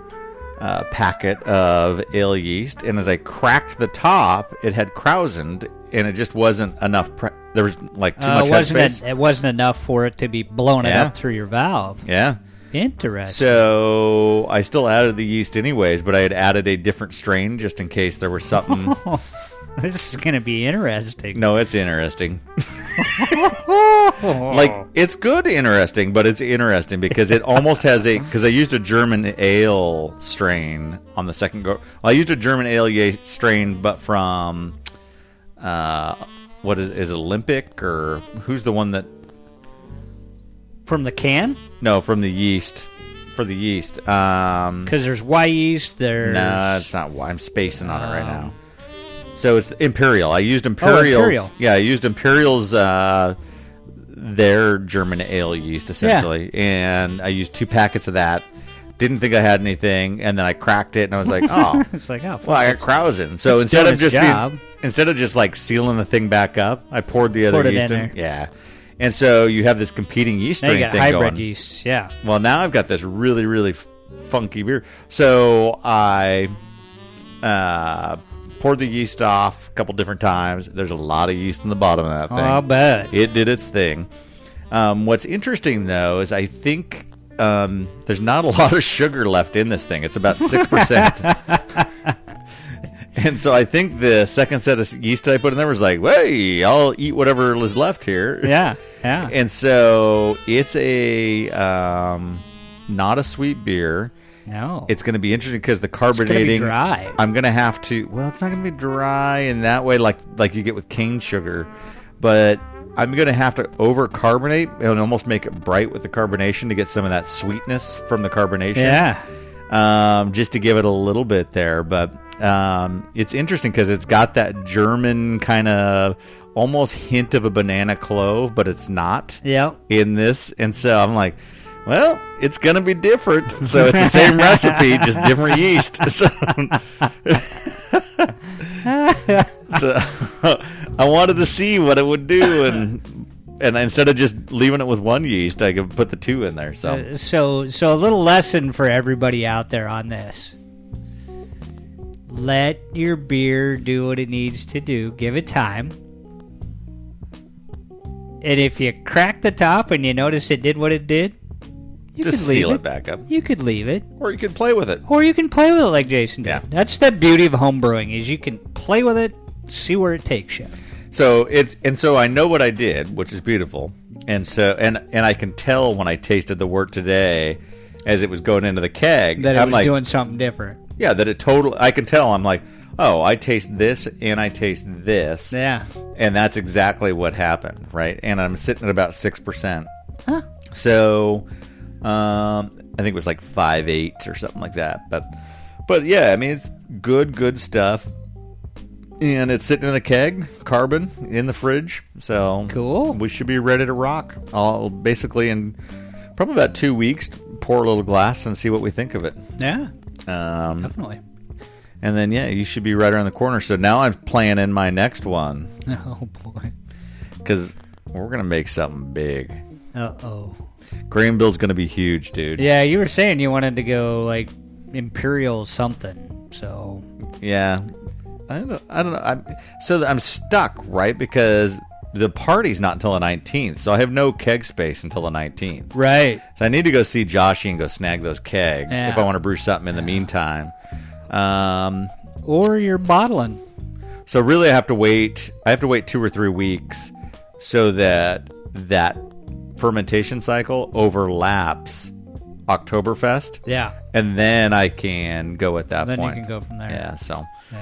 S2: uh, packet of ale yeast, and as I cracked the top, it had krausened, and it just wasn't enough. Pre- there was like too
S3: Uh,
S2: much
S3: it wasn't
S2: headspace.
S3: en- it wasn't enough for it to be blown it
S2: Yeah.
S3: up through your valve.
S2: yeah.
S3: Interesting.
S2: So I still added the yeast anyways, but I had added a different strain just in case there was
S3: <laughs>
S2: something.
S3: this is gonna be interesting.
S2: no, it's interesting. like it's good interesting but it's interesting because it almost has a because i used a german ale strain on the second go well, i used a german ale ye- strain but from uh what is is it olympic or who's the one that
S3: from the can
S2: no from the yeast for the yeast um
S3: because there's Y yeast. There's
S2: no it's not why i'm spacing on it right now so it's imperial i used imperial
S3: Oh, Imperial.
S2: yeah i used imperial's uh their German ale yeast essentially, and I used two packets of that. Didn't think I had anything, and then I cracked it, and I was
S3: <laughs>
S2: like, "Oh,
S3: It's like oh, fuck,
S2: well, I got
S3: it's
S2: krausen." So
S3: it's
S2: instead of
S3: doing its
S2: just being,
S3: job.
S2: instead of just like sealing the thing back up, I poured the other
S3: Poured it
S2: yeast
S3: in
S2: in.
S3: there.
S2: Yeah, and so you have this competing yeast
S3: now you
S2: strain
S3: got
S2: thing
S3: hybrid
S2: going.
S3: yeast. Yeah.
S2: Well, now I've got this really, really f- funky beer. So I uh, poured the yeast off a couple different times. There's a lot of yeast in the bottom of that
S3: Oh,
S2: thing.
S3: I <laughs> bet.
S2: It did its thing. Um, what's interesting though is I think um, there's not a <laughs> lot of sugar left in this thing. It's about six percent. And so I think the second set of yeast I put in there was like, "Hey, I'll eat whatever is left here."
S3: Yeah. Yeah.
S2: And so it's a um, not a sweet beer.
S3: no.
S2: It's going to be interesting because the
S3: gonna be
S2: carbonating.
S3: dry.
S2: I'm going to have to. Well, it's not going to be dry in that way, like like you get with cane sugar, but I'm going to have to over carbonate and almost make it bright with the carbonation to get some of that sweetness from the carbonation
S3: yeah.
S2: um, just to give it a little bit there. But um, it's interesting because it's got that German kind of almost hint of a banana clove, but it's not
S3: Yep.
S2: in this. And so I'm like, well, it's going to be different. So it's the same recipe, just different yeast. <laughs> So, so <laughs> I wanted to see what it would do and. And instead of just leaving it with one yeast, I could put the two in there. So
S3: Uh, so so a little lesson for everybody out there on this let your beer do what it needs to do give it time and if you crack the top and you notice it did what it did you
S2: just
S3: could leave
S2: seal it back up.
S3: you could leave it
S2: or you could play with it.
S3: or you can play with it like jason did
S2: Yeah.
S3: that's the beauty of homebrewing is you can play with it see where it takes you
S2: So it's and so I know what I did, which is beautiful. And so and and I can tell when I tasted the wort today as it was going into the keg
S3: that it
S2: I'm
S3: was
S2: like,
S3: doing something different
S2: yeah, that it total. I can tell. I'm like, oh, I taste this and I taste this,
S3: yeah
S2: and that's exactly what happened, right? And I'm sitting at about six percent. So, um, I think it was like five eight or something like that. But, but yeah, I mean, it's good, good stuff. And it's sitting in a keg, carbon in the fridge. So
S3: Cool.
S2: We should be ready to rock. I'll basically in probably about two weeks pour a little glass and see what we think of it.
S3: yeah
S2: Um,
S3: definitely <laughs>
S2: and then yeah, you should be right around the corner. So now I'm planning my next one
S3: oh boy
S2: because we're gonna make something big.
S3: uh-oh
S2: Greenville's gonna be huge, dude.
S3: Yeah, you were saying you wanted to go like imperial something. So
S2: Yeah. I don't. I don't know. I'm, so I'm stuck, right? Because the party's not until the 19th, so I have no keg space until the 19th.
S3: right,
S2: So I need to go see Joshy and go snag those kegs
S3: Yeah.
S2: if I want to brew something in the meantime. Um,
S3: or you're bottling.
S2: So really, I have to wait. I have to wait two or three weeks so that that fermentation cycle overlaps Oktoberfest,
S3: Yeah.
S2: and then I can go at that
S3: Then you
S2: point.
S3: can go from there.
S2: Yeah. So
S3: Yeah.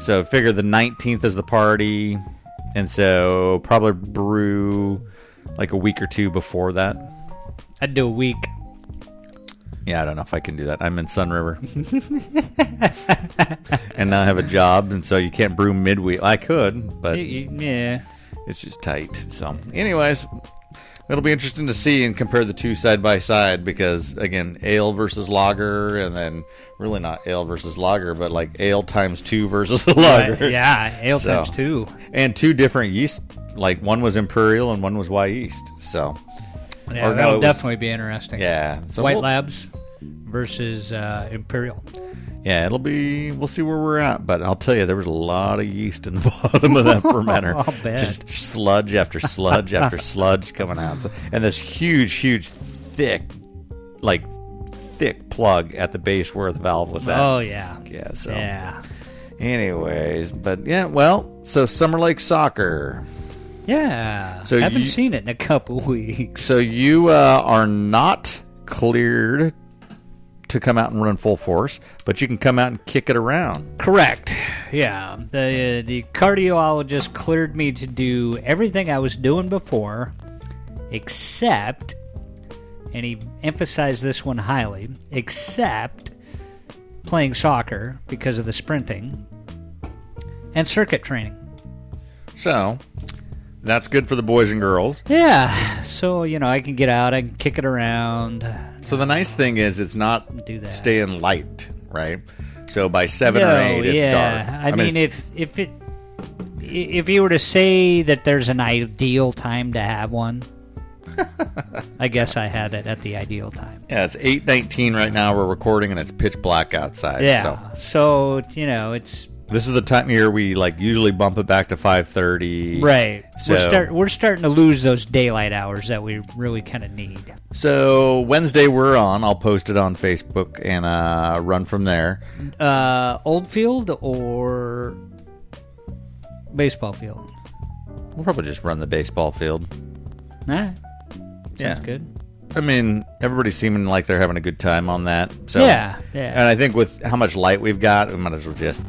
S2: so figure the nineteenth is the party, and so probably brew like a week or two before that.
S3: I'd do a week.
S2: Yeah, I don't know if I can do that. I'm in Sun
S3: <laughs>
S2: River. and now I have a job, and so you can't brew midweek. I could, but
S3: Y- y- Yeah.
S2: it's just tight. So, anyways, it'll be interesting to see and compare the two side by side because, again, ale versus lager, and then really not ale versus lager, but like ale times two versus <laughs> a lager.
S3: Yeah. Ale
S2: So.
S3: times two.
S2: And two different yeast, like one was imperial and one was Y yeast. So,
S3: Yeah,
S2: Or no,
S3: that'll
S2: it was-
S3: definitely be interesting.
S2: yeah. So
S3: White
S2: we'll-
S3: Labs versus uh, Imperial.
S2: Yeah, it'll be. We'll see where we're at, but I'll tell you, there was a lot of yeast in the <laughs> bottom of that fermenter.
S3: <laughs> I'll bet.
S2: Just sludge after sludge
S3: <laughs>
S2: after sludge coming out, So- and this huge, huge, thick, like thick plug at the base where the valve was at.
S3: Oh yeah.
S2: yeah. So,
S3: Yeah.
S2: anyways, but yeah, well, so Summer Lake Soccer.
S3: Yeah.
S2: So
S3: haven't
S2: you-
S3: seen it in a couple <laughs> weeks.
S2: So you uh, are not cleared to come out and run full force, but you can come out and kick it around.
S3: Correct. Yeah. The the cardiologist cleared me to do everything I was doing before except and he emphasized this one highly, except playing soccer because of the sprinting and circuit training.
S2: So that's good for the boys and girls.
S3: Yeah. So, you know, I can get out, I can kick it around.
S2: So the nice thing is it's not
S3: Do that.
S2: staying light, right? So by seven or
S3: No,
S2: eight, it's
S3: yeah.
S2: dark.
S3: I, mean,
S2: it's-
S3: if if it i- if you were to say that there's an ideal time to
S2: <laughs>
S3: have one, I guess I had it at the ideal time.
S2: yeah, it's eight nineteen right now. We're recording and it's pitch black outside.
S3: Yeah.
S2: So
S3: So, you know, it's
S2: this is the time of year we like usually bump it back to five thirty.
S3: right.
S2: So-
S3: we're start we're starting to lose those daylight hours that we really kind of need.
S2: So Wednesday we're on. I'll post it on Facebook and uh, run from there.
S3: Uh, Oldfield or baseball field.
S2: We'll probably just run the baseball field.
S3: Nah.
S2: Yeah.
S3: Sounds good.
S2: I mean, everybody's seeming like they're having a good time on that. So
S3: Yeah, yeah.
S2: And I think with how much light we've got, we might as well just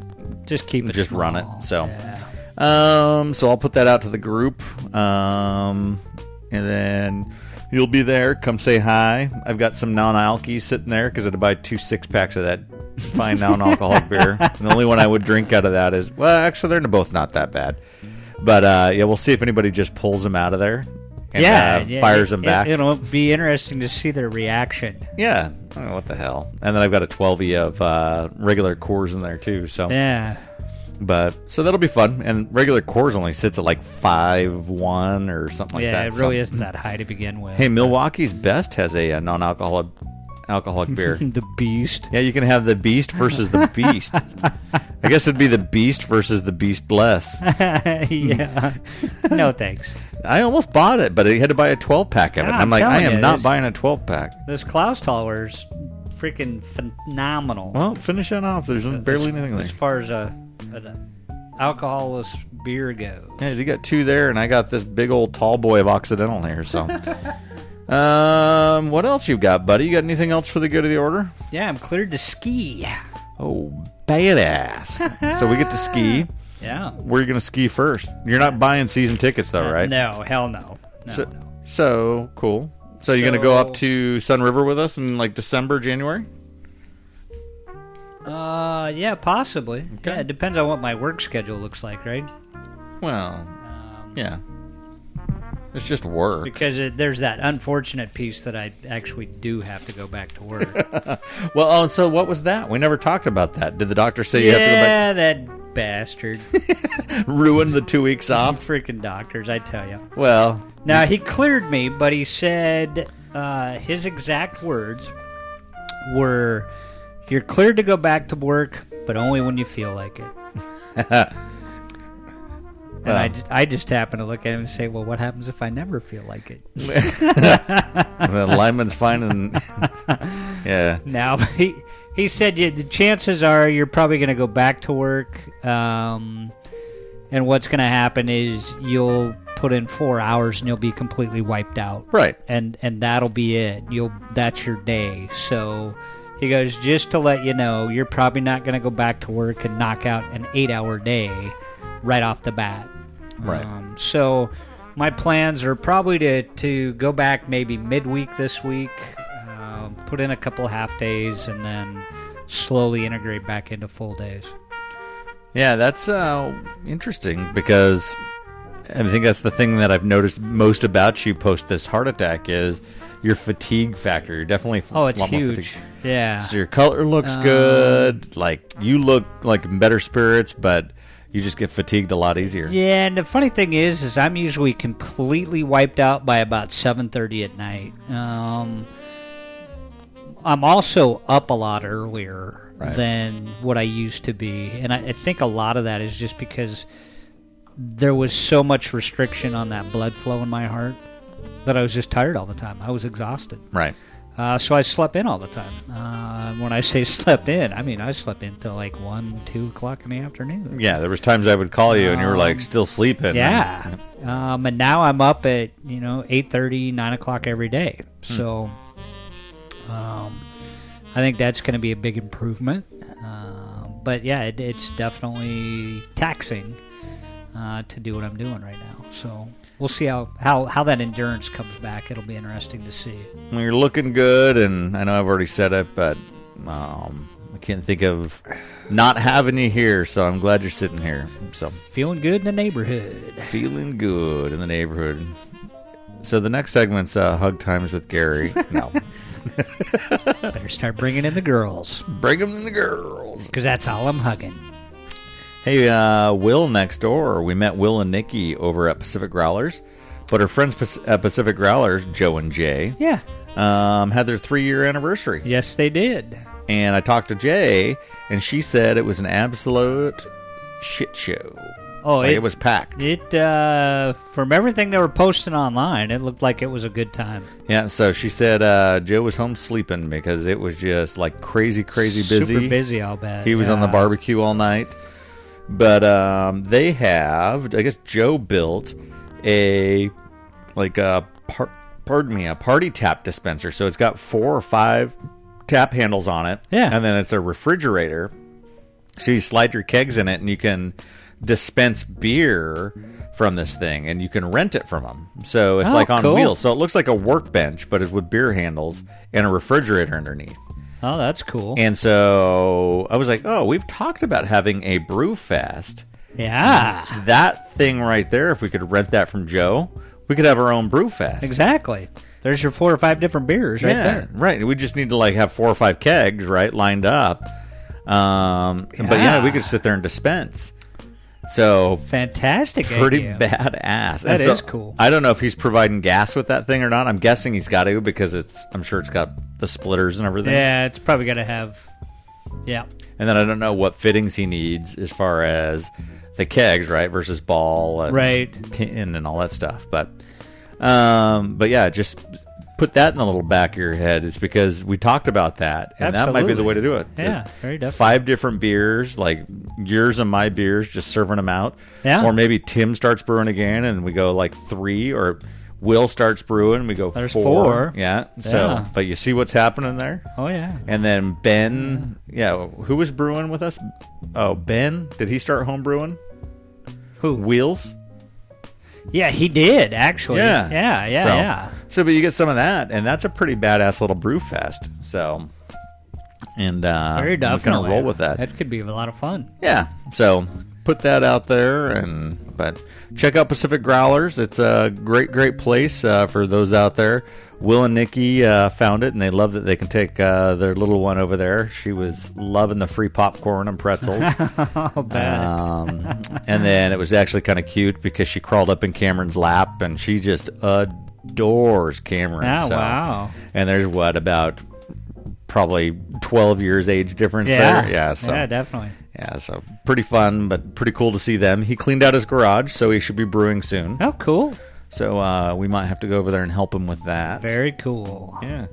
S3: Just keep it.
S2: uh, Just run it,
S3: small.
S2: so.
S3: Yeah.
S2: Um, so I'll put that out to the group. Um, and then you'll be there. Come say hi. I've got some non-alky sitting there because I'd buy two six packs
S3: <laughs>
S2: of that fine non-alcoholic beer. And the only one I would drink out of that is well, actually, they're both not that bad. But uh, yeah, we'll see if anybody just pulls them out of there and uh, fires
S3: it-
S2: them back.
S3: It, will be interesting to see their reaction.
S2: yeah, I don't know, what the hell? And then I've got a 12e of uh, regular cores in there too. So
S3: Yeah,
S2: But so that'll be fun. And regular cores only sits at like five one or something like
S3: yeah,
S2: that.
S3: it really
S2: so-
S3: isn't that high to begin with.
S2: Hey, Milwaukee's Best has a, uh non-alcoholic alcoholic
S3: <laughs>
S2: beer.
S3: <laughs> the beast.
S2: yeah, you can have the Beast versus the Beast. I guess it'd be the Beast versus the Beast less.
S3: <laughs>
S2: <laughs>
S3: yeah, no thanks.
S2: I almost bought it, but I had to buy a 12 pack of it.
S3: Yeah,
S2: I'm
S3: I'm
S2: like, I
S3: telling
S2: am
S3: you,
S2: not
S3: this-
S2: buying a 12 pack.
S3: This Klaus Toller's freaking phenomenal.
S2: Well, finish that off. There's barely anything there.
S3: as far as a an alcoholless beer goes.
S2: Yeah, you got two there, and I got this big old tall boy of Occidental here.
S3: <laughs>
S2: So, um, what else you got, buddy? You got anything else for the good of the order?
S3: Yeah, I'm cleared to ski.
S2: Oh, badass! so we get to
S3: <laughs>
S2: ski.
S3: Yeah.
S2: Where are you gonna ski first? You're not buying season tickets though, right?
S3: No, hell no. No.
S2: So,
S3: no.
S2: so cool. So you're gonna go
S3: So-
S2: up to Sun River with us in like December, January?
S3: Uh, yeah, possibly. Yeah, it depends on what my work schedule looks like, right?
S2: Well,
S3: Um,
S2: yeah. It's just work.
S3: because it, there's that unfortunate piece that I actually do have to go back
S2: <laughs>
S3: to work.
S2: Well, oh, so what was that? We never talked about that. Did the doctor say you have
S3: yeah,
S2: <laughs>
S3: that bastard,
S2: to go back? Ruin the two weeks off?
S3: freaking doctors, I tell you.
S2: Well,
S3: Now he cleared me, but he said uh, his exact words were, "You're cleared to go back to work, but only when you feel like
S2: <laughs>
S3: it." And I, ju- I just happened to look at him and say, "Well, what happens if I never feel like it?" <laughs>
S2: the lineman's finding. <laughs> yeah.
S3: Now he he said you, the chances are you're probably going to go back to work, um, and what's going to happen is you'll put in four hours and you'll be completely wiped out.
S2: Right.
S3: and and that'll be it. You'll that's your day. So he goes just to let you know, you're probably not going to go back to work and knock out an 8-hour day right off the bat.
S2: Right.
S3: Um, so my plans are probably to to go back maybe midweek this week, um, put in a couple half days, and then slowly integrate back into full days.
S2: Yeah, that's uh, interesting because I think that's the thing that I've noticed most about you post this heart attack is your fatigue factor. You're definitely f-
S3: Oh, it's
S2: lot more
S3: huge.
S2: fatigued.
S3: Yeah. Uh,
S2: So your color looks good. Like you look like in better spirits, but you just get fatigued a lot easier.
S3: Yeah, and the funny thing is, is I'm usually completely wiped out by about 7:30 at night. Um, I'm also up a lot earlier
S2: Right.
S3: than what I used to be, and I, I think a lot of that is just because there was so much restriction on that blood flow in my heart that I was just tired all the time. I was exhausted.
S2: Right.
S3: Uh, so I slept in all the time. Uh, when I say <laughs> slept in, I mean I slept in till like one, two o'clock in the afternoon.
S2: Yeah, there was times I would call you and you were like still sleeping.
S3: Um, Yeah. Um, and now I'm up at, you know, 8.30, 9 o'clock every day.
S2: Hmm.
S3: So um, I think that's going to be a big improvement. Uh, but yeah, it, it's definitely taxing uh, to do what I'm doing right now. So we'll see how, how, how that endurance comes back. It'll be interesting to see.
S2: Well, you're looking good, and I know I've already said it, but um, I can't think of not having you here. So I'm glad you're sitting here. So
S3: Feeling good in the neighborhood.
S2: feeling good in the neighborhood. So the next segment's uh, hug times with Gary. No,
S3: Better start bringing in the girls
S2: bring them the girls.
S3: because that's all I'm hugging.
S2: Hey, uh, Will next door. We met Will and Nikki over at Pacific Growlers, but her friends Pac- at Pacific Growlers, Joe and Jay,
S3: Yeah.
S2: um, had their three-year anniversary.
S3: Yes, they did.
S2: and I talked to Jay, and she said it was an absolute shit show.
S3: Oh,
S2: Like,
S3: it,
S2: it was packed.
S3: It uh, from everything they were posting online, it looked like it was a good time.
S2: Yeah, so she said uh, Joe was home sleeping because it was just like crazy, crazy busy.
S3: super busy. I'll bet
S2: He was on the
S3: yeah.
S2: barbecue all night. But um, they have, I guess Joe built a, like a, par- pardon me, a party tap dispenser. So it's got four or five tap handles on it.
S3: Yeah.
S2: And then it's a refrigerator. So you slide your kegs in it and you can dispense beer from this thing and you can rent it from them. So it's
S3: Oh,
S2: like on
S3: cool.
S2: wheels. So it looks like a workbench, but it's with beer handles and a refrigerator underneath.
S3: Oh, that's cool.
S2: And so I was like, oh, we've talked about having a brew fest.
S3: yeah,
S2: That thing right there, if we could rent that from Joe, we could have our own brew fest.
S3: exactly. There's your four or five different beers right
S2: yeah,
S3: there.
S2: Right. We just need to like have four or five kegs, right, lined up. Um, But yeah,
S3: Yeah.
S2: we could sit there and dispense. So
S3: Fantastic.
S2: pretty
S3: idea.
S2: badass.
S3: That
S2: That is
S3: is cool.
S2: I don't know if he's providing gas with that thing or not. I'm guessing he's got to because it's. I'm sure it's got the splitters and everything.
S3: Yeah, it's probably gonna have. Yeah,
S2: And then I don't know what fittings he needs as far as the kegs, right, versus ball and
S3: Right.
S2: pin and all that stuff. But um but yeah, just put that in the little back of your head. It's because we talked about that and that might be the
S3: Absolutely.
S2: way to do it.
S3: Yeah, very definitely.
S2: Five different beers, like yours and my beers, just serving them out.
S3: Yeah.
S2: Or maybe Tim starts brewing again and we go like three or Will starts brewing, we go
S3: There's
S2: four.
S3: four.
S2: Yeah. So
S3: Yeah.
S2: but you see what's happening there?
S3: Oh yeah.
S2: And then Ben,
S3: Mm.
S2: yeah, who was brewing with us? Oh, Ben, did he start home brewing?
S3: Who?
S2: Wheels?
S3: yeah, he did actually.
S2: Yeah.
S3: yeah, yeah,
S2: so,
S3: yeah.
S2: So, but you get some of that, and that's a pretty badass little brew fest. So, and uh,
S3: Very
S2: we're
S3: definitely.
S2: gonna roll with that.
S3: That could be a lot of
S2: <laughs>
S3: fun.
S2: Yeah. So put that out there, and but check out Pacific Growlers. It's a great, great place uh, for those out there. Will and Nikki uh, found it, and they love that they can take uh, their little one over there. She was loving the free popcorn and
S3: <laughs>
S2: pretzels. Uh,
S3: I'll bet.
S2: Um, and then it was actually kind of cute because she crawled up in Cameron's lap and she just adores Cameron.
S3: Oh,
S2: so-
S3: wow.
S2: And there's what about probably 12 years age difference
S3: yeah,
S2: there? Yeah. So,
S3: yeah, definitely.
S2: yeah, so pretty fun, but pretty cool to see them. He cleaned out his garage, so he should be brewing soon.
S3: Oh, cool.
S2: So uh, we might have to go over there and help him with that.
S3: Very cool.
S2: Yeah.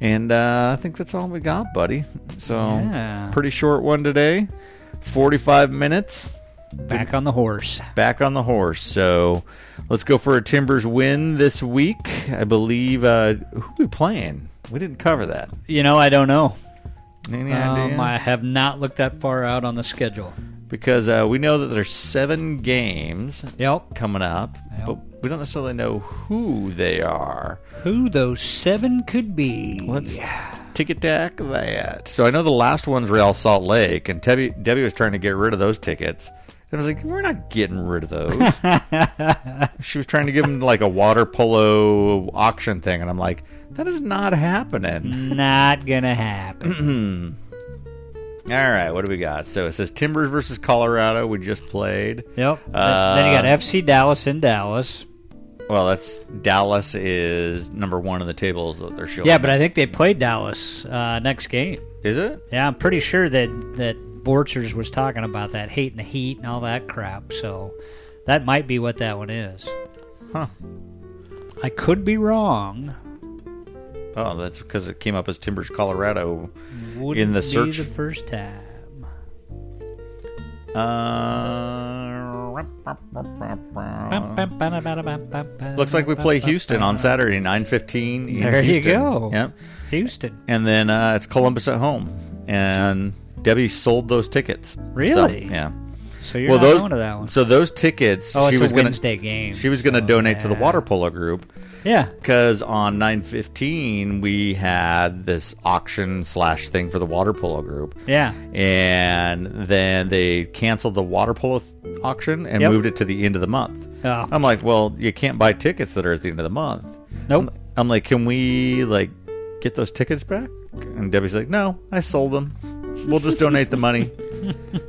S2: And uh, I think that's all we got, buddy. So
S3: Yeah.
S2: pretty short one today. Forty-five minutes.
S3: Back on the horse.
S2: back on the horse. So let's go for a Timbers win this week. I believe uh, who we playing? We didn't cover that.
S3: You know, I don't know.
S2: Any idea?
S3: Um, I have not looked that far out on the schedule.
S2: Because uh, we know that there's seven games
S3: Yep.
S2: coming up,
S3: Yep.
S2: but we don't necessarily know who they are.
S3: Who those seven could be?
S2: Let's ticket tack that. So I know the last one's Real Salt Lake, and Debbie, Debbie was trying to get rid of those tickets. And I was like, we're not getting rid of those. <laughs> she was trying to give them like a water polo auction thing, and I'm like, that is not happening.
S3: Not gonna <clears throat> happen.
S2: All right, what do we got? So it says Timbers versus Colorado. We just played.
S3: yep. then you got
S2: Uh,
S3: FC Dallas in Dallas.
S2: Well, that's Dallas is number one on the table. Is what they're showing.
S3: Yeah, but I think they played Dallas uh, next game.
S2: is it?
S3: Yeah, I'm pretty sure that that Borchers was talking about that hate and the heat and all that crap. So that might be what that one is.
S2: Huh.
S3: I could be wrong.
S2: Oh, that's because it came up as Timbers Colorado.
S3: would
S2: In the search-
S3: be the first time.
S2: Uh, Looks like we play Houston on Saturday, nine fifteen.
S3: There you go.
S2: Yep.
S3: Houston.
S2: And then uh, it's Columbus at home, and Debbie sold those tickets. So,
S3: Really?
S2: yeah.
S3: So you're
S2: well,
S3: not
S2: those
S3: going to that one.
S2: so those tickets.
S3: oh, it's
S2: she
S3: a
S2: was gonna,
S3: Wednesday game.
S2: She was going to donate to the
S3: yeah.
S2: water polo group
S3: yeah.
S2: because on nine fifteen we had this auction slash thing for the water polo group.
S3: Yeah.
S2: And then they canceled the water polo th- auction and
S3: Yep.
S2: moved it to the end of the month.
S3: Oh.
S2: I'm like, well, you can't buy tickets that are at the end of the month.
S3: Nope.
S2: I'm- I'm like, can we like get those tickets back? And Debbie's like, no, I sold them. We'll just donate the
S3: <laughs>
S2: money.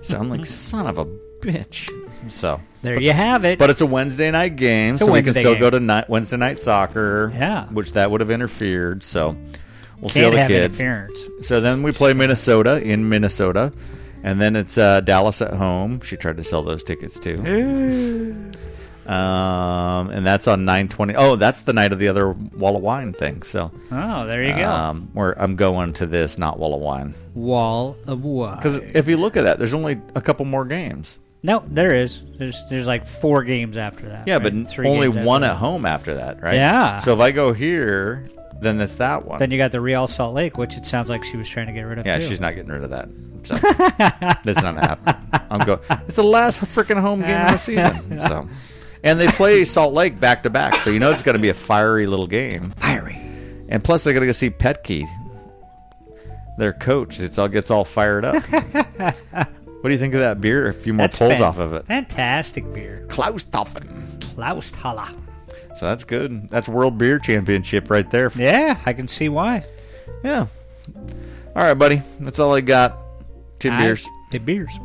S2: So I'm like, son of a bitch. So,
S3: There you have it.
S2: but it's a Wednesday night game,
S3: a
S2: so we can
S3: Wednesday
S2: still go
S3: game.
S2: to night, Wednesday night soccer.
S3: Yeah.
S2: which that would have interfered. So we'll see how
S3: can't
S2: the
S3: have
S2: kids.
S3: interference.
S2: So then we play Minnesota in Minnesota, and then it's uh, Dallas at home. She tried to sell those tickets too. um, and that's on nine twenty. Oh, that's the night of the other Wall of Wine thing. So
S3: Oh, there you go.
S2: um, where I'm going to this, not Wall of Wine,
S3: Wall of
S2: because
S3: Wine.
S2: if you look at that, there's only a couple more games.
S3: No, there is. There's there's like four games after that.
S2: Yeah,
S3: right?
S2: but
S3: Three
S2: only
S3: games after
S2: one
S3: that.
S2: at home after that, right?
S3: Yeah.
S2: So if I go here, then it's that one.
S3: Then you got the Real Salt Lake, which it sounds like she was trying to get rid of.
S2: Yeah,
S3: too.
S2: she's not getting rid of that.
S3: <laughs>
S2: So that's not happening. I'm going. It's the last freaking home game of the
S3: <laughs>
S2: season. So, and they play Salt Lake back to back, so you know it's going to be a fiery little game.
S3: fiery.
S2: And plus, they're going to go see Petke, their coach. It's all gets all fired
S3: <laughs>
S2: up. what do you think of that beer? A few more
S3: That's
S2: pulls
S3: fan-
S2: off of it.
S3: Fantastic beer.
S2: Klaustoffen.
S3: Klausthaler.
S2: So that's good. That's World Beer Championship right there.
S3: Yeah, I can see why.
S2: Yeah. All right, buddy. That's all I got. Tim
S3: I-
S2: beers.
S3: The beers.